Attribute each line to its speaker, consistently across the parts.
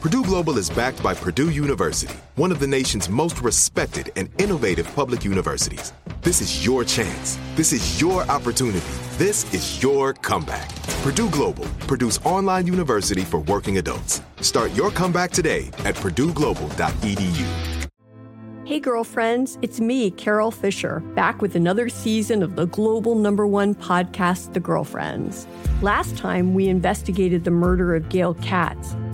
Speaker 1: Purdue Global is backed by Purdue University, one of the nation's most respected and innovative public universities. This is your chance. This is your opportunity. This is your comeback. Purdue Global, Purdue's online university for working adults. Start your comeback today at purdueglobal.edu.
Speaker 2: Hey, girlfriends, it's me, Carol Fisher, back with another season of the global number one podcast, The Girlfriends. Last time, we investigated the murder of Gail Katz.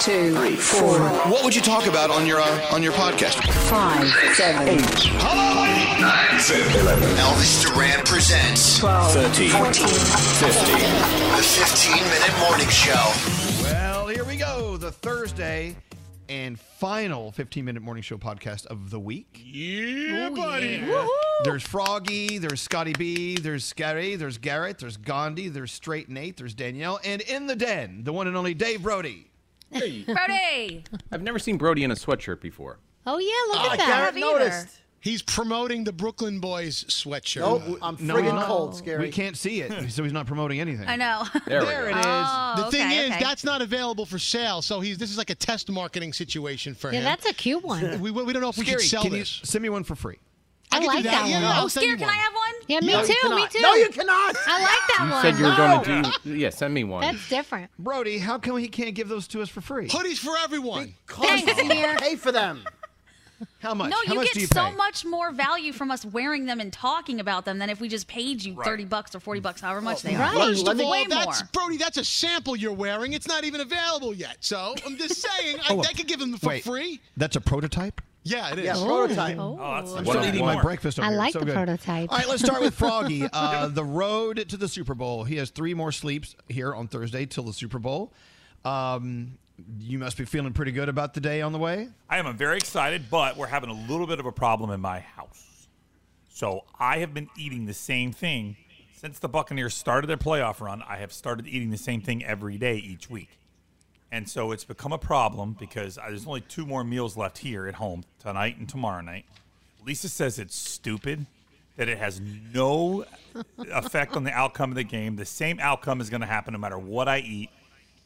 Speaker 3: two, three, four,
Speaker 4: What would you talk about on your uh, on your podcast?
Speaker 3: five, seven, eight,
Speaker 4: Hello, nine, seven, eleven. Elvis Duran presents
Speaker 3: twelve,
Speaker 5: 13,
Speaker 3: fourteen,
Speaker 5: 15.
Speaker 4: the 15 minute morning show.
Speaker 6: Well, here we go. The Thursday and final 15 minute morning show podcast of the week. Yeah, buddy. There's Froggy, there's Scotty B, there's Scary, there's Garrett, there's Gandhi, there's Straight Nate, there's Danielle, and in the den, the one and only Dave Brody.
Speaker 7: Brody.
Speaker 5: I've never seen Brody in a sweatshirt before.
Speaker 7: Oh yeah,
Speaker 8: Ah,
Speaker 7: look at that. I noticed.
Speaker 8: He's promoting the Brooklyn Boys sweatshirt.
Speaker 6: I'm friggin' cold, Scary. We can't see it, so he's not promoting anything.
Speaker 7: I know.
Speaker 5: There, we
Speaker 6: There
Speaker 5: go.
Speaker 6: it is.
Speaker 8: the
Speaker 7: Oh,
Speaker 8: thing
Speaker 7: okay,
Speaker 8: is,
Speaker 7: okay.
Speaker 8: that's not available for sale. So he's this is like a test marketing situation for
Speaker 7: Yeah,
Speaker 8: him.
Speaker 7: that's a cute one.
Speaker 8: we, we don't know if we
Speaker 6: Scary,
Speaker 8: should sell
Speaker 6: can
Speaker 8: this.
Speaker 6: you send me one for free?
Speaker 8: I, can
Speaker 7: like
Speaker 8: do that.
Speaker 7: that
Speaker 8: yeah,
Speaker 7: one.
Speaker 8: yeah, I'll
Speaker 7: Oh,
Speaker 8: send you
Speaker 7: Scare, can
Speaker 8: one.
Speaker 7: I have one? Yeah, me
Speaker 8: No, you
Speaker 7: too. Me
Speaker 8: cannot.
Speaker 7: too.
Speaker 8: No, you
Speaker 7: cannot. I like that
Speaker 5: You
Speaker 7: one.
Speaker 5: said you were going to do. Yeah, send me one.
Speaker 7: That's different.
Speaker 6: Brody, how come he can't give those to us for free?
Speaker 8: Hoodies for everyone.
Speaker 7: Thanks, dear.
Speaker 6: How much?
Speaker 7: No,
Speaker 6: how
Speaker 7: you
Speaker 6: much do
Speaker 7: get
Speaker 6: you
Speaker 7: so
Speaker 6: pay?
Speaker 7: much more value from us wearing them and talking about them than if we just paid you thirty bucks or forty bucks, however much they are.
Speaker 8: Oh, First
Speaker 7: Way
Speaker 8: of all,
Speaker 7: more.
Speaker 8: that's Brody. That's a sample you're wearing. It's not even available yet. So I'm just saying, I, I could give them for
Speaker 6: Wait.
Speaker 8: free.
Speaker 6: That's a prototype?
Speaker 8: Yeah, it is.
Speaker 9: Oh,
Speaker 6: I'm
Speaker 5: One
Speaker 6: still
Speaker 5: of
Speaker 6: eating
Speaker 5: one.
Speaker 6: my breakfast. Over
Speaker 7: I
Speaker 6: here.
Speaker 7: like
Speaker 6: It's so
Speaker 7: the
Speaker 6: good.
Speaker 7: prototype.
Speaker 6: All right, let's start with Froggy. Uh, the road to the Super Bowl. He has three more sleeps here on Thursday till the Super Bowl. Um, you must be feeling pretty good about the day on the way.
Speaker 9: I am very excited, but we're having a little bit of a problem in my house. So I have been eating the same thing since the Buccaneers started their playoff run. I have started eating the same thing every day each week. And so it's become a problem because I- there's only two more meals left here at home tonight and tomorrow night. Lisa says it's stupid that it has no effect on the outcome of the game. The same outcome is going to happen no matter what I eat.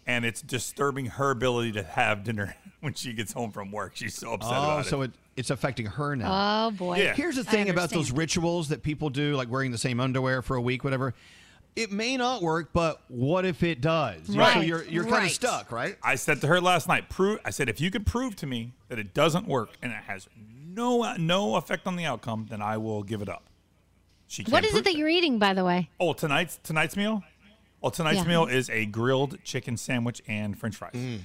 Speaker 9: And it's disturbing her ability to have dinner when she gets home from work. She's so upset
Speaker 6: oh,
Speaker 9: about it.
Speaker 6: so it. it's affecting her now.
Speaker 10: Oh, boy.
Speaker 9: Yeah.
Speaker 6: Here's the
Speaker 10: I
Speaker 6: thing about those
Speaker 10: understand.
Speaker 6: rituals that people do, like wearing the same underwear for a week, whatever. It may not work, but what if it does? You- So you're you're kind of stuck, right?
Speaker 9: I said to her last night, prove. I said, if you could prove to me that it doesn't work and it has no no effect on the outcome, then I will give it up. She
Speaker 7: What
Speaker 9: can't
Speaker 7: is
Speaker 9: prove
Speaker 7: it that you're eating, by the way?
Speaker 9: Oh, tonight's tonight's meal. Oh, tonight's
Speaker 7: Yeah.
Speaker 9: meal is a grilled chicken sandwich and French fries.
Speaker 6: Mm.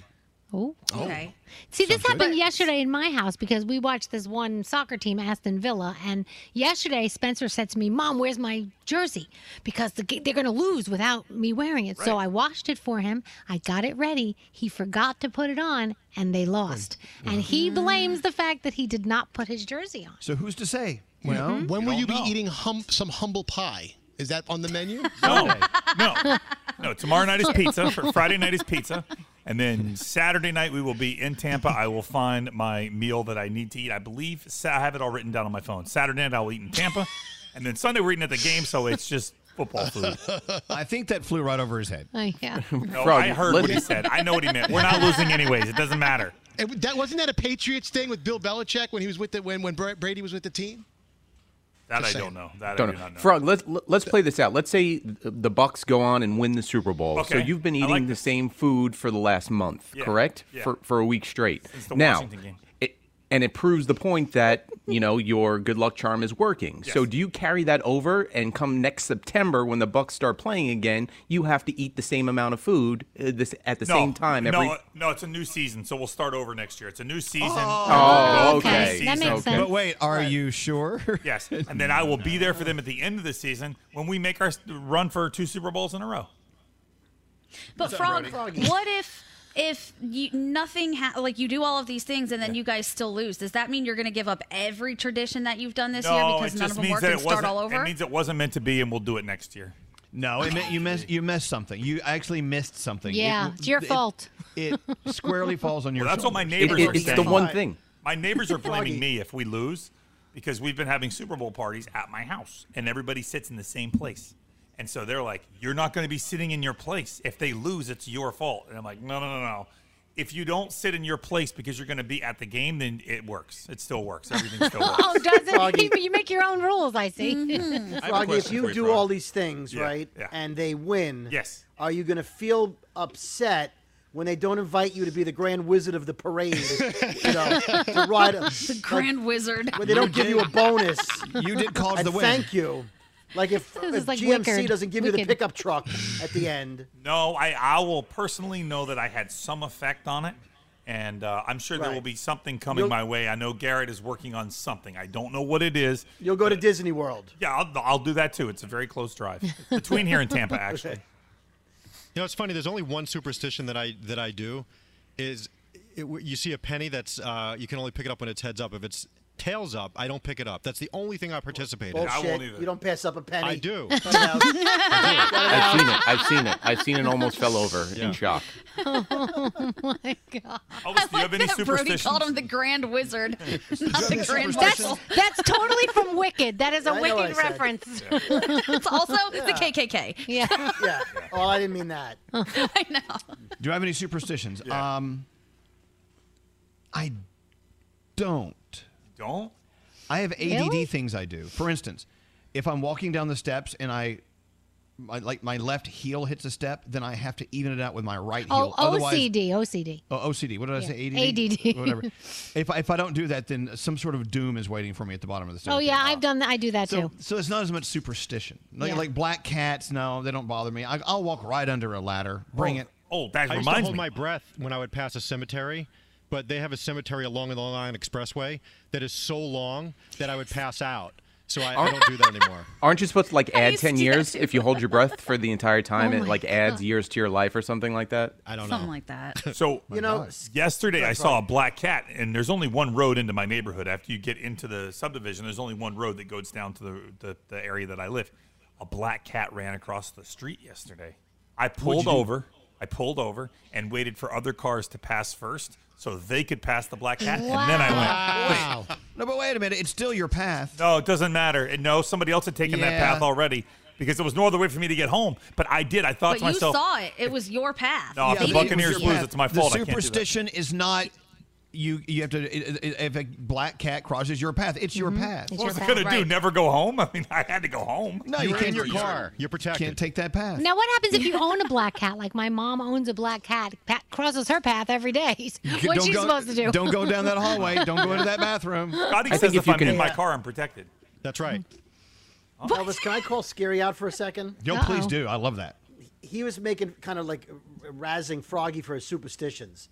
Speaker 7: Oh,
Speaker 9: Oh. Okay.
Speaker 7: See, this
Speaker 9: Sounds good.
Speaker 7: happened yesterday in my house because we watched this one soccer team, Aston Villa, and yesterday Spencer said to me, "Mom, where's my jersey? Because the, g- they're going to lose without me wearing it." So
Speaker 4: Right.
Speaker 7: I washed it for him. I got it ready. He forgot to put it on, and they lost. And he blames the fact that he did not put his jersey on.
Speaker 6: So who's to say?
Speaker 7: Well, you
Speaker 11: when will
Speaker 7: don't
Speaker 11: you be
Speaker 7: know.
Speaker 11: eating hum- some humble pie? Is that on the menu?
Speaker 9: No, no, no. Tomorrow night is pizza. Fr- Friday night is pizza, and then Saturday night we will be in Tampa. I will find my meal that I need to eat. I believe Sa- I have it all written down on my phone. Saturday night I'll eat in Tampa, and then Sunday we're eating at the game. So it's just football food.
Speaker 6: I think that flew right over his head.
Speaker 7: Oh, yeah.
Speaker 9: No, I heard what he said. I know what he meant. We're not losing anyways. It doesn't matter.
Speaker 11: And that wasn't that a Patriots thing with Bill Belichick when he was with the when when Bra- Brady was with the team.
Speaker 9: That
Speaker 11: Just
Speaker 9: I don't
Speaker 11: saying.
Speaker 9: know. That
Speaker 5: Don't
Speaker 9: I
Speaker 5: know.
Speaker 9: do not know.
Speaker 5: Frog, let's let's play this out. Let's say the Bucks go on and win the Super Bowl. So
Speaker 9: Okay.
Speaker 5: you've been
Speaker 9: I
Speaker 5: eating
Speaker 9: like
Speaker 5: the same food for the last month,
Speaker 9: Yeah.
Speaker 5: correct?
Speaker 9: Yeah.
Speaker 5: For for a week straight.
Speaker 9: Since the
Speaker 5: now,
Speaker 9: Washington game.
Speaker 5: It, and it proves the point that you know your good luck charm is working. So do you carry that over and come next September when the Bucks start playing again, you have to eat the same amount of food uh, this at the
Speaker 9: No,
Speaker 5: same time every.
Speaker 9: No, uh, no, it's a new season, so we'll start over next year. It's a new season. Go
Speaker 5: Oh,
Speaker 9: through the
Speaker 5: okay. That
Speaker 9: season.
Speaker 5: makes sense.
Speaker 6: But wait, are you sure?
Speaker 9: Yes, and then I will be there for them at the end of the season when we make our s- run for two Super Bowls in a row.
Speaker 10: But Frog, what if if you nothing ha- like you do all of these things and then you guys still lose? Does that mean you're going to give up every tradition that you've done this year because none of them work and start
Speaker 9: wasn't.
Speaker 10: all
Speaker 9: It
Speaker 10: over?
Speaker 9: means it wasn't meant to be, and we'll do it next year.
Speaker 6: No, it meant you missed you missed something. You actually missed something. It-
Speaker 7: Yeah, it's your
Speaker 6: it-
Speaker 7: fault.
Speaker 6: It squarely falls on your.
Speaker 9: Well, that's what my
Speaker 6: shoulders.
Speaker 9: neighbors are saying. My neighbors are blaming me if we lose because we've been having Super Bowl parties at my house, and everybody sits in the same place. And so they're like, "You're not going to be sitting in your place. If they lose, it's your fault." And I'm like, "No, no, no, no. If you don't sit in your place because you're going to be at the game, then it works. It still works. Everything still works."
Speaker 7: oh, does it? you make your own rules. I see.
Speaker 9: have a
Speaker 4: Froggy, if
Speaker 9: question for
Speaker 4: you
Speaker 9: you,
Speaker 4: do
Speaker 9: Frog.
Speaker 4: all these things,
Speaker 9: Yeah,
Speaker 4: right,
Speaker 9: yeah.
Speaker 4: and they win,
Speaker 9: Yes.
Speaker 4: are you going to feel upset when they don't invite you to be the grand wizard of the parade? you know, to ride a,
Speaker 10: the Grand Wizard.
Speaker 4: When they don't give you a bonus.
Speaker 6: You did cause
Speaker 4: and
Speaker 6: the win.
Speaker 4: Thank you. Like if,
Speaker 7: This
Speaker 4: if
Speaker 7: is like
Speaker 4: GMC
Speaker 7: Wicked.
Speaker 4: doesn't give you
Speaker 7: Wicked.
Speaker 4: the pickup truck at the end.
Speaker 9: No, I, I will personally know that I had some effect on it, and uh, I'm sure there
Speaker 4: Right.
Speaker 9: will be something coming
Speaker 4: You'll-
Speaker 9: my way. I know Garrett is working on something. I don't know what it is.
Speaker 4: You'll go to Disney World.
Speaker 9: Yeah, I'll, I'll do that too. It's a very close drive between here and Tampa, actually.
Speaker 11: You know, it's funny. There's only one superstition that I that I do is it, you see a penny that's uh, you can only pick it up when it's heads up. If it's tails up, I don't pick it up. That's the only thing I participate in.
Speaker 4: Bullshit. You don't pass up a penny.
Speaker 11: I do.
Speaker 4: Cut it out.
Speaker 10: Oh
Speaker 5: I've seen it. I've seen it. I've seen it almost fell over in shock.
Speaker 7: oh my god!
Speaker 9: do you have any
Speaker 10: that Brody called
Speaker 9: superstitions?
Speaker 10: him the Grand Wizard, not the Grand
Speaker 7: That's,
Speaker 10: Marshal.
Speaker 7: that's totally from Wicked. That is a
Speaker 4: Yeah, I know
Speaker 7: Wicked
Speaker 4: what I said.
Speaker 7: reference.
Speaker 10: it's also the
Speaker 4: Yeah.
Speaker 10: KKK.
Speaker 7: Yeah.
Speaker 4: yeah. Oh, I didn't mean that.
Speaker 6: Do I have any superstitions? Um, I don't.
Speaker 9: Don't.
Speaker 6: I have ADD
Speaker 9: Really?
Speaker 6: things I do. For instance, if I'm walking down the steps and I, my, like my left heel hits a step, then I have to even it out with my right
Speaker 7: Oh,
Speaker 6: heel. Otherwise,
Speaker 7: OCD, OCD.
Speaker 6: Oh, OCD. What did I
Speaker 7: Yeah.
Speaker 6: say? ADD.
Speaker 7: ADD.
Speaker 6: Whatever. If I, if I don't do that, then some sort of doom is waiting for me at the bottom of the stairs.
Speaker 7: Oh yeah, I've done that. I do that
Speaker 6: So,
Speaker 7: too.
Speaker 6: so it's not as much superstition. Like,
Speaker 7: Yeah.
Speaker 6: like black cats, no, they don't bother me. I, I'll walk right under a ladder. Bring it.
Speaker 9: Oh, that
Speaker 11: I used to
Speaker 9: reminds
Speaker 11: hold
Speaker 9: me.
Speaker 11: my breath when I would pass a cemetery, but they have a cemetery along the Long Island Expressway that is so long that I would pass out. So I, I don't do that anymore.
Speaker 5: Aren't you supposed to like add ten years if you hold your breath for the entire time and it like adds years to your life or something like that?
Speaker 11: I
Speaker 10: don't Something know. like that.
Speaker 9: So
Speaker 4: You know, s-
Speaker 9: yesterday
Speaker 4: Sorry,
Speaker 9: I saw a
Speaker 4: sorry.
Speaker 9: black cat, and there's only one road into my neighborhood. After you get into the subdivision, there's only one road that goes down to the the, the area that I live. A black cat ran across the street yesterday. I
Speaker 6: you
Speaker 9: pulled
Speaker 6: do?
Speaker 9: over. I pulled over and waited for other cars to pass first so they could pass the black cat. And then I went.
Speaker 6: Wow. no, but wait a minute. It's still your path.
Speaker 9: No, it doesn't matter. And no, somebody else had taken that
Speaker 6: Yeah.
Speaker 9: path already because there was no other way for me to get home. But I did. I thought
Speaker 10: But
Speaker 9: to
Speaker 10: you
Speaker 9: myself,
Speaker 10: saw it. It was your path.
Speaker 9: No, if
Speaker 10: They
Speaker 9: the
Speaker 10: didn't-
Speaker 9: Buccaneers lose, it's my
Speaker 6: The
Speaker 9: fault. I can't do that.
Speaker 6: superstition is not. You you have to i- i- if a black cat crosses your path, it's
Speaker 7: Mm-hmm.
Speaker 6: your path.
Speaker 9: what was I going to do? Never go home? I mean, I had to go home.
Speaker 6: No, you, can't. You're protected. Can't take that path.
Speaker 7: Now, what happens if you own a black cat? Like my mom owns a black cat, pat crosses her path every day. What's she
Speaker 6: go-
Speaker 7: supposed to do?
Speaker 6: Don't go down that hallway. Don't go into that bathroom.
Speaker 9: Scotty
Speaker 6: I
Speaker 9: says
Speaker 6: think
Speaker 9: if,
Speaker 6: if you
Speaker 9: I'm
Speaker 6: can-
Speaker 9: in my car, I'm protected.
Speaker 11: That's right.
Speaker 4: Elvis, can I call Scary out for a second?
Speaker 6: Yo, please do. I love that.
Speaker 4: he was making kind of like r- razzing Froggy for his superstitions.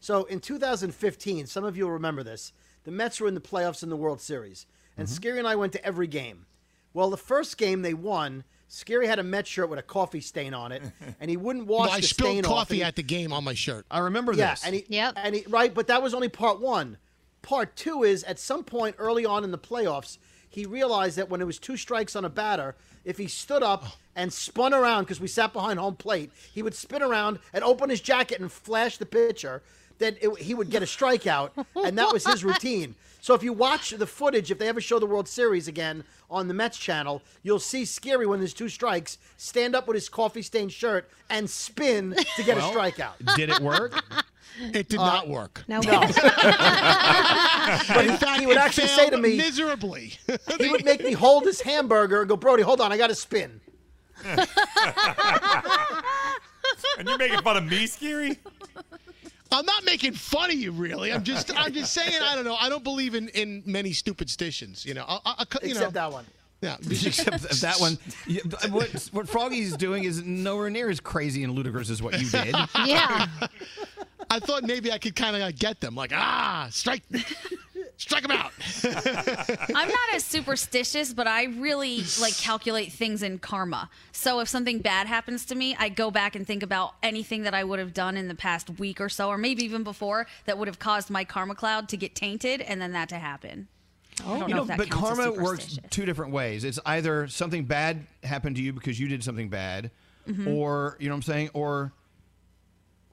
Speaker 4: So in 2015, some of you will remember this. The Mets were in the playoffs in the World Series, and
Speaker 8: Mm-hmm.
Speaker 4: Scary and I went to every game. Well, the first game they won, Scary had a Mets shirt with a coffee stain on it, and he wouldn't wash
Speaker 8: Well, I
Speaker 4: the stain
Speaker 8: spilled
Speaker 4: off. and
Speaker 8: coffee
Speaker 4: he-
Speaker 8: at the game on my shirt.
Speaker 6: I remember
Speaker 4: yeah, and he, and he, right, but that was only part one. Part two is at some point early on in the playoffs, he realized that when it was two strikes on a batter, if he stood up and spun around because we sat behind home plate, he would spin around and open his jacket and flash the pitcher. Then it, he would get a strikeout, and that was his routine. So if you watch the footage, if they ever show the World Series again on the Mets channel, you'll see Scary when there's two strikes stand up with his coffee stained shirt and spin to get
Speaker 6: Well,
Speaker 4: a strikeout.
Speaker 6: Did it work?
Speaker 8: It did
Speaker 4: Uh,
Speaker 8: not work.
Speaker 4: No.
Speaker 8: but
Speaker 4: in fact, he would actually say to me-
Speaker 8: miserably.
Speaker 4: he would make me hold his hamburger and go, Brody, hold on, I got to spin.
Speaker 9: And you're making fun of me, Scary?
Speaker 8: I'm not making fun of you, really. I'm just, I'm just saying. I don't know. I don't believe in in many superstitions. You know, I, I, I- you
Speaker 4: Except
Speaker 8: know.
Speaker 4: that one.
Speaker 8: Yeah.
Speaker 6: Except that- that one. you- What, what Froggy's doing is nowhere near as crazy and ludicrous as what you did.
Speaker 8: yeah. I thought maybe I could kind of get them. Like, ah, strike, strike them out.
Speaker 10: I'm not as superstitious, but I really like calculate things in karma. So if something bad happens to me, I go back and think about anything that I would have done in the past week or so, or maybe even before, that would have caused my karma cloud to get tainted and then that to happen. I don't
Speaker 6: You
Speaker 10: know
Speaker 6: know,
Speaker 10: if that
Speaker 6: but
Speaker 10: counts as
Speaker 6: karma works
Speaker 10: superstition.
Speaker 6: two different ways. It's either something bad happened to you because you did something bad,
Speaker 10: Mhm.
Speaker 6: or you know what I'm saying, or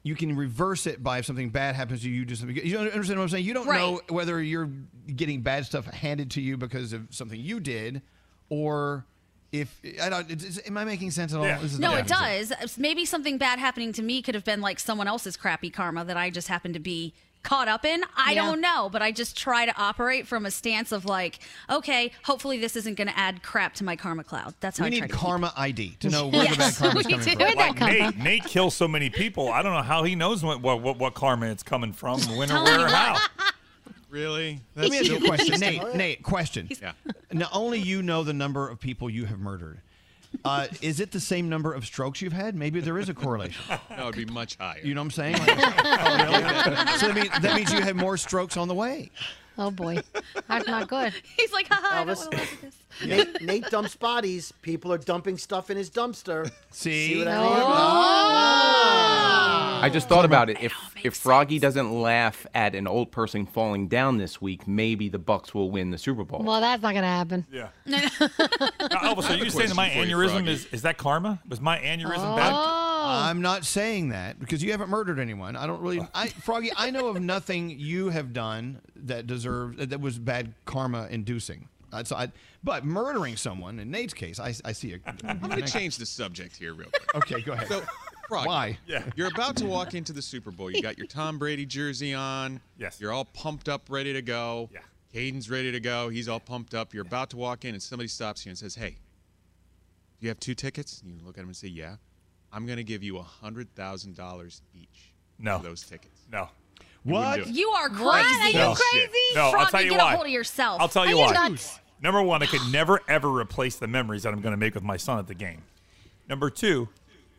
Speaker 6: you can reverse it by if something bad happens to you, you do something. good. You don't understand what I'm saying? You don't know whether you're getting bad stuff handed to you because of something you did, or if I don't. It's, it's- am I making sense at all? This is
Speaker 10: No,
Speaker 6: not
Speaker 10: it
Speaker 6: making sense.
Speaker 10: does. Maybe something bad happening to me could have been like someone else's crappy karma that I just happened to be caught up in. I
Speaker 7: Yeah.
Speaker 10: don't know, but I just try to operate from a stance of like, okay, hopefully this isn't going to add crap to my karma cloud. That's how
Speaker 6: We
Speaker 10: I try
Speaker 6: need
Speaker 10: to keep
Speaker 6: karma ID to know where the bad
Speaker 10: Yes,
Speaker 6: karma's
Speaker 10: we
Speaker 6: coming
Speaker 10: do.
Speaker 6: from.
Speaker 10: Where'd that
Speaker 9: Like
Speaker 10: come
Speaker 9: Nate,
Speaker 10: from?
Speaker 9: Nate kills so many people. I don't know how he knows what what, what, what karma it's coming from, when or
Speaker 6: Tell
Speaker 9: where
Speaker 6: me
Speaker 9: or
Speaker 6: what.
Speaker 9: how.
Speaker 11: Really?
Speaker 6: Let me ask you a question, Nate. Nate, question.
Speaker 11: Yeah.
Speaker 6: Now, only you know the number of people you have murdered. Uh, is it the same number of strokes you've had? Maybe there is a correlation.
Speaker 12: That would be much higher.
Speaker 6: You know what I'm saying? Like, oh, really? so that means, that means you had more strokes on the way.
Speaker 7: Oh boy, that's not good.
Speaker 10: He's like, haha, I don't
Speaker 4: Elvis.
Speaker 10: want to laugh at this.
Speaker 4: Nate, Nate dumps bodies. People are dumping stuff in his dumpster.
Speaker 6: See?
Speaker 4: what I
Speaker 6: Oh.
Speaker 4: mean? Ah.
Speaker 5: I just thought about it. If if Froggy doesn't laugh at an old person falling down this week, maybe the Bucks will win the Super Bowl.
Speaker 7: Well, that's not going to happen. Yeah.
Speaker 9: Elvis, are Oh, you saying that my
Speaker 5: question for you,
Speaker 9: aneurysm
Speaker 5: Froggy.
Speaker 9: is is that karma? Was my aneurysm
Speaker 7: Oh.
Speaker 10: Oh.
Speaker 9: bad?
Speaker 6: I'm not saying that because you haven't murdered anyone. I don't really. I, Froggy, I know of nothing you have done that deserved that was bad karma inducing. That's I, but murdering someone in Nate's case, I, I see a.
Speaker 12: I'm going to change the subject here real quick.
Speaker 6: Okay, go ahead.
Speaker 12: So, Froggy,
Speaker 6: Why?
Speaker 12: You're about to walk into the Super Bowl. You got your Tom Brady jersey on. Yes. You're all pumped up, ready to go. Yeah. Caden's ready to go. He's all pumped up. You're about to walk in, and somebody stops you and says, "Hey, do you have two tickets?" And you look at him and say, "Yeah." I'm going to give you a hundred thousand dollars each. No. For those tickets.
Speaker 9: No.
Speaker 6: What?
Speaker 10: You are crazy.
Speaker 9: What? Are you No.
Speaker 10: crazy?
Speaker 9: No, I'll
Speaker 10: Froggy,
Speaker 9: tell you
Speaker 10: get
Speaker 9: why.
Speaker 10: a hold of yourself.
Speaker 9: I'll tell
Speaker 10: Are
Speaker 9: you why.
Speaker 10: nuts?
Speaker 9: Number one, I could never ever replace the memories that I'm going to make with my son at the game. Number two,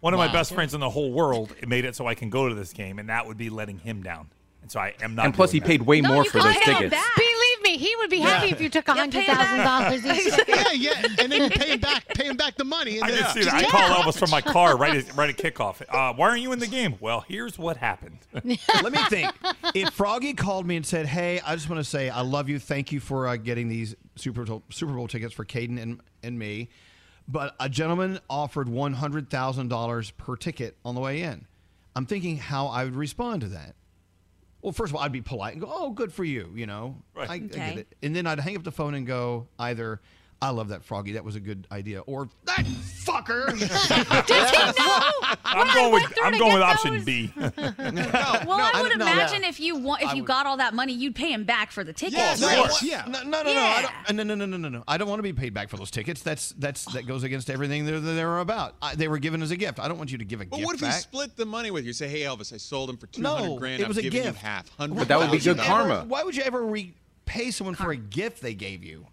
Speaker 9: one of my
Speaker 5: Wow.
Speaker 9: best friends in the whole world made it so I can go to this game, and that would be letting him down. And so I am not.
Speaker 5: And plus, he
Speaker 9: doing
Speaker 5: paid
Speaker 9: that.
Speaker 5: way more for those
Speaker 9: pay him
Speaker 5: tickets.
Speaker 7: Believe me, he would be happy if you took
Speaker 9: Yeah, pay
Speaker 7: hundred
Speaker 9: it back.
Speaker 7: thousand dollars each.
Speaker 8: yeah, yeah, and then you pay him back, pay him back the money. And
Speaker 9: I
Speaker 8: then
Speaker 9: can see that. I
Speaker 8: Yeah.
Speaker 9: call Elvis from my car right at, right at kickoff. Uh, why aren't you in the game? Well, here's what happened.
Speaker 6: Let me think. If Froggy called me and said, "Hey, I just want to say I love you. Thank you for uh, getting these Super Bowl, Super Bowl tickets for Caden and and me," but a gentleman offered one hundred thousand dollars per ticket on the way in. I'm thinking how I would respond to that. Well, first of all, I'd be polite and go, "Oh, good for you," you know. Right. I, I
Speaker 13: Okay.
Speaker 6: get it. And then I'd hang up the phone and go either, "I love that froggy. That was a good idea," or "That fucker."
Speaker 9: I'm going with I'm going with option B.
Speaker 10: Well, I would
Speaker 6: don't know.
Speaker 10: imagine if you want, if
Speaker 6: I
Speaker 10: you
Speaker 6: would.
Speaker 10: got all that money, you'd pay him back for the tickets.
Speaker 6: Yes, no,
Speaker 10: right?
Speaker 6: yeah. No, no, no,
Speaker 10: Yeah.
Speaker 6: no, I don't, uh, no, no, no, no, no, no. I don't want to be paid back for those tickets. That's that's that goes against everything they they were about. I, they were given as a gift. I don't want you to give a
Speaker 12: But
Speaker 6: gift
Speaker 12: what if
Speaker 6: back.
Speaker 12: he split the money with you? Say, hey Elvis, I sold him for two hundred
Speaker 6: no,
Speaker 12: grand.
Speaker 6: it was
Speaker 12: I'm
Speaker 6: a
Speaker 12: giving
Speaker 6: gift.
Speaker 12: you half.
Speaker 6: Why
Speaker 12: $100,000.
Speaker 6: would you ever- why would you ever repay someone for a gift they gave you?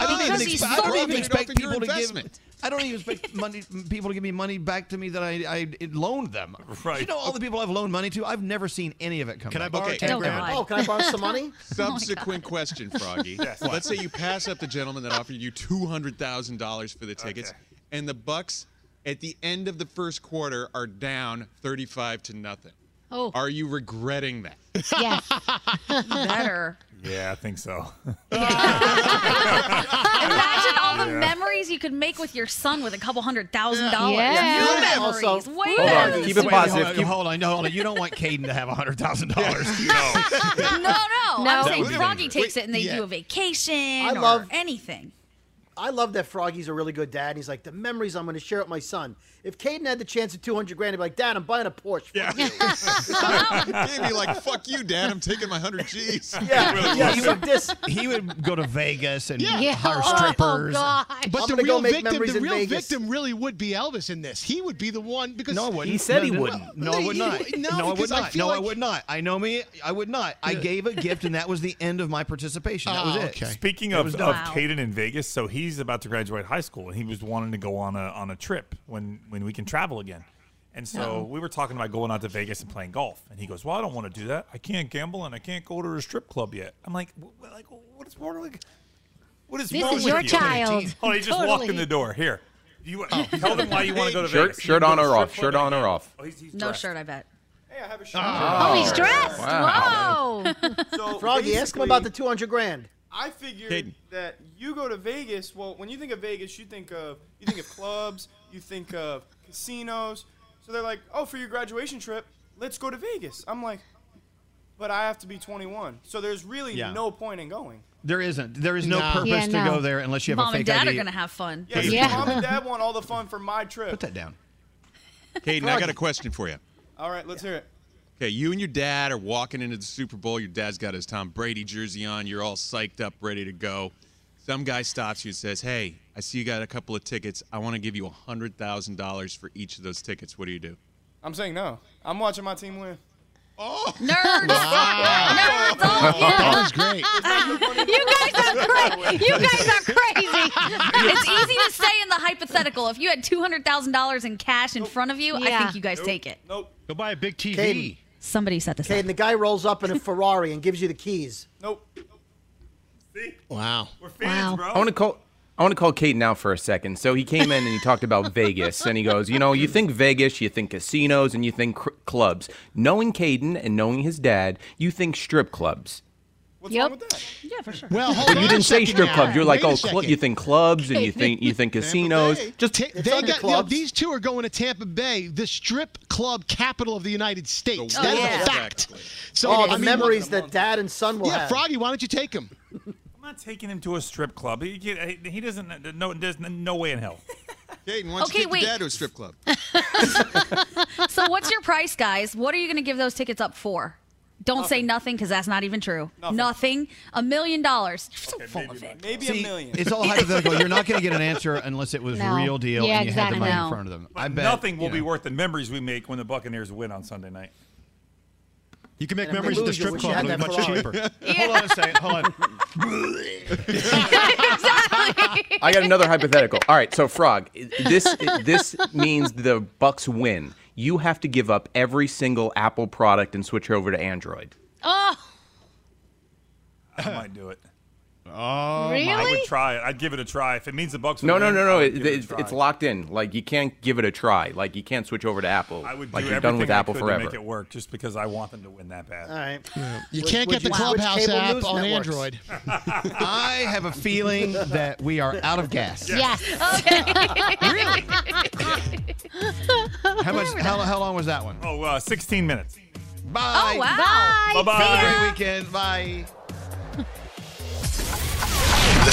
Speaker 6: I don't even,
Speaker 12: Because he
Speaker 6: expe- I don't
Speaker 12: sold
Speaker 6: even
Speaker 12: it.
Speaker 6: expect
Speaker 12: Off your
Speaker 6: people to give.
Speaker 12: investment.
Speaker 6: I don't even expect money people to give me money back to me that I, I loaned them. Right. You know all the people I've loaned money to. I've never seen any of it come.
Speaker 12: Can I
Speaker 6: back.
Speaker 12: borrow Okay. 10 Oh, grand? God.
Speaker 4: Oh, can I borrow some money?
Speaker 12: Subsequent question, Froggy.
Speaker 6: Yes.
Speaker 12: Well, Let's say you pass up the gentleman that offered you two hundred thousand dollars for the tickets, and the Bucks at the end of the first quarter are down thirty-five to nothing.
Speaker 7: Oh.
Speaker 12: Are you regretting that?
Speaker 7: Yes.
Speaker 10: Better.
Speaker 9: Yeah, I think so.
Speaker 10: Imagine all the
Speaker 9: Yeah.
Speaker 10: memories you could make with your son with a couple hundred thousand dollars.
Speaker 6: Yeah.
Speaker 10: New
Speaker 6: Yeah.
Speaker 10: memories.
Speaker 6: Also-
Speaker 10: Way
Speaker 6: Hold
Speaker 10: better
Speaker 6: on,
Speaker 10: than
Speaker 6: keep
Speaker 10: the
Speaker 6: it
Speaker 10: Super Bowl.
Speaker 6: positive. Keep- Hold on, no, hold on. You don't want Caden to have hundred thousand dollars.
Speaker 10: No,
Speaker 4: No.
Speaker 10: no. I'm saying
Speaker 4: That would be
Speaker 10: Froggy
Speaker 4: dangerous.
Speaker 10: takes
Speaker 4: Wait,
Speaker 10: it and they
Speaker 4: yeah.
Speaker 10: do a vacation or
Speaker 4: love-
Speaker 10: anything.
Speaker 4: I love that Froggy's a really good dad. And he's like, the memories I'm going to share with my son. If Caden had the chance at 200 grand, he'd be like, Dad, I'm buying a Porsche. Yeah.
Speaker 12: He'd be like, "Fuck you, Dad! I'm taking my hundred G's."
Speaker 4: yeah,
Speaker 6: he,
Speaker 4: so
Speaker 6: would, he would go to Vegas and
Speaker 8: Yeah. Oh,
Speaker 6: hire strippers.
Speaker 8: But
Speaker 4: I'm
Speaker 8: the
Speaker 4: gonna go
Speaker 8: real
Speaker 4: make
Speaker 8: victim,
Speaker 4: memories
Speaker 8: the
Speaker 4: in
Speaker 8: real
Speaker 4: Vegas.
Speaker 8: victim, really would be Elvis in this. He would be the one because
Speaker 6: No, I wouldn't. No, No, I would
Speaker 8: you-
Speaker 6: not.
Speaker 8: No,
Speaker 6: I would
Speaker 8: because
Speaker 6: not.
Speaker 8: feel
Speaker 6: no, I
Speaker 8: like-
Speaker 6: would not. I know me. I would not. I gave a gift, and that was the end of my participation. That
Speaker 9: Oh,
Speaker 6: was Oh, it.
Speaker 9: Speaking
Speaker 6: That
Speaker 9: of,
Speaker 6: was
Speaker 9: of
Speaker 6: done.
Speaker 9: Caden in Vegas, so he's about to graduate high school, and he was wanting to go on a on a trip when when we can travel again. And so
Speaker 13: Uh-oh.
Speaker 9: we were talking about going out to Vegas and playing golf, and he goes, "Well, I don't want to do that. I can't gamble, and I can't go to a strip club yet." I'm like, "Wh- wh- like what is wrong with what is
Speaker 13: This
Speaker 9: wrong
Speaker 13: is
Speaker 9: with
Speaker 13: your
Speaker 9: you?"
Speaker 13: child.
Speaker 9: Oh, he just walked in
Speaker 13: Totally.
Speaker 9: the door. Here, you oh, tell them why you want to go to
Speaker 5: Shirt,
Speaker 9: Vegas. Oh,
Speaker 5: shirt
Speaker 9: You
Speaker 5: on
Speaker 9: go to
Speaker 5: or
Speaker 9: a
Speaker 5: off?
Speaker 9: strip club
Speaker 5: Shirt on or off?
Speaker 10: No shirt, I bet. Hey, I have a shirt.
Speaker 5: Oh.
Speaker 7: he's dressed.
Speaker 5: Wow.
Speaker 4: Froggy, ask him about the 200 grand.
Speaker 14: I figured
Speaker 4: Caden.
Speaker 14: that you go to Vegas. Well, when you think of Vegas, you think of you think of clubs, you think of casinos. So they're like, "Oh, for your graduation trip, let's go to Vegas." I'm like, "But I have to be 21." So there's really
Speaker 6: Yeah.
Speaker 14: no point in going.
Speaker 6: There isn't. There is no,
Speaker 14: No.
Speaker 6: purpose
Speaker 14: Yeah,
Speaker 6: to
Speaker 14: no.
Speaker 6: go there unless you have
Speaker 10: Mom
Speaker 6: a
Speaker 10: and
Speaker 6: fake
Speaker 10: dad
Speaker 6: ID.
Speaker 10: are gonna have fun.
Speaker 14: Yeah,
Speaker 6: Yeah.
Speaker 14: mom and dad want all the fun for my trip.
Speaker 6: Put that down.
Speaker 12: Caden, I got a question for you.
Speaker 14: All right, let's hear it.
Speaker 12: Okay, you and your dad are walking into the Super Bowl. Your dad's got his Tom Brady jersey on. You're all psyched up, ready to go. Some guy stops you and says, "Hey, I see you got a couple of tickets. I want to give you hundred thousand dollars for each of those tickets. What do you do?"
Speaker 14: I'm saying no. I'm watching my team win. Oh,
Speaker 10: nerds!
Speaker 14: Nerds!
Speaker 13: That
Speaker 8: was great.
Speaker 10: you guys are crazy. You guys are crazy. It's easy to say in the hypothetical. If you had two hundred thousand dollars in cash in front of you, I
Speaker 4: Yeah.
Speaker 10: think you guys take it.
Speaker 14: Nope.
Speaker 11: Go buy a big TV.
Speaker 4: Caden.
Speaker 10: Somebody set this
Speaker 4: Caden, the guy rolls up in a Ferrari and gives you the keys.
Speaker 14: Nope.
Speaker 8: Wow.
Speaker 9: We're
Speaker 4: fans,
Speaker 5: I want to call. I want to call Caden out for a second. So he came in and he talked about Vegas, and he goes, "You know, you think Vegas, you think casinos, and you think cr- clubs. Knowing Caden and knowing his dad, you think strip clubs.
Speaker 14: What's
Speaker 7: yep.
Speaker 14: wrong with that?
Speaker 10: Yeah, for sure.
Speaker 8: Well, hold
Speaker 5: But
Speaker 8: on
Speaker 5: you
Speaker 8: a
Speaker 5: didn't say
Speaker 8: second
Speaker 5: strip
Speaker 8: now.
Speaker 5: clubs. You're like,
Speaker 8: Wait a
Speaker 5: oh, cl-
Speaker 8: second.
Speaker 5: you think clubs, and you think you think casinos. Just
Speaker 8: Ta- they
Speaker 5: under
Speaker 8: got, you know,
Speaker 5: clubs.
Speaker 8: these two are going to Tampa Bay, the strip club capital of the United States.
Speaker 4: Oh,
Speaker 8: That is
Speaker 4: yeah.
Speaker 8: a fact.
Speaker 4: So oh, the memories that dad and son will
Speaker 8: yeah,
Speaker 4: have.
Speaker 8: Froggy, why don't you take him?
Speaker 9: I'm not taking him to a strip club. He, he- he doesn't. No, there's no way in hell.
Speaker 12: Caden,
Speaker 10: why don't you Okay, take your wait. dad
Speaker 12: to a strip club?
Speaker 10: So what's your price, guys? What are you gonna give those tickets up for? Don't say nothing because that's not even true. Nothing. A million dollars. You're so full of it.
Speaker 14: Maybe
Speaker 6: See,
Speaker 14: a million.
Speaker 6: It's all hypothetical. You're not going to get an answer unless it was
Speaker 10: No.
Speaker 6: real deal
Speaker 10: Yeah,
Speaker 6: and you
Speaker 10: exactly.
Speaker 6: had the money
Speaker 10: No.
Speaker 6: in front of them.
Speaker 9: But
Speaker 6: I bet
Speaker 9: nothing will
Speaker 6: you
Speaker 9: be
Speaker 6: know.
Speaker 9: worth the memories we make when the Buccaneers win on Sunday night.
Speaker 11: You can make
Speaker 9: And if we
Speaker 11: memories at the
Speaker 9: lose, you
Speaker 11: strip
Speaker 9: wish
Speaker 11: club.
Speaker 9: you
Speaker 11: It'll
Speaker 9: had
Speaker 11: be much
Speaker 9: that
Speaker 11: cheaper.
Speaker 9: Ferrari.
Speaker 6: Hold on a second. Hold on.
Speaker 5: I got another hypothetical. All right, so Frog, this this means the Bucks win. You have to give up every single Apple product and switch over to Android.
Speaker 7: Oh,
Speaker 9: I might do it.
Speaker 6: Oh,
Speaker 7: Really?
Speaker 9: I would try it. I'd give it a try if it means the Bucks.
Speaker 5: No,
Speaker 9: would
Speaker 5: no,
Speaker 9: win,
Speaker 5: no,
Speaker 9: I
Speaker 5: no.
Speaker 9: would
Speaker 5: It,
Speaker 9: give it a
Speaker 5: it's-
Speaker 9: try.
Speaker 5: it's locked in. Like you can't give it a try. Like you can't switch over to Apple. I
Speaker 9: would
Speaker 5: like
Speaker 9: do
Speaker 5: you're done with
Speaker 9: everything I
Speaker 5: Apple
Speaker 9: could
Speaker 5: forever.
Speaker 9: To make it work, just because I want them to win that bad.
Speaker 4: All right.
Speaker 8: You
Speaker 4: Would-
Speaker 8: can't
Speaker 4: would
Speaker 8: get the
Speaker 4: you-
Speaker 8: Clubhouse
Speaker 4: which cable
Speaker 8: app
Speaker 4: news
Speaker 8: on
Speaker 4: networks?
Speaker 8: Android.
Speaker 6: I have a feeling that we are out of gas.
Speaker 4: Yes.
Speaker 10: Okay. really?
Speaker 6: How much? How, how long was that one?
Speaker 9: Oh, uh, 16 minutes.
Speaker 6: Bye.
Speaker 9: Oh, wow. Bye. Bye-bye.
Speaker 6: Have a
Speaker 9: See ya.
Speaker 6: great weekend. Bye.
Speaker 15: The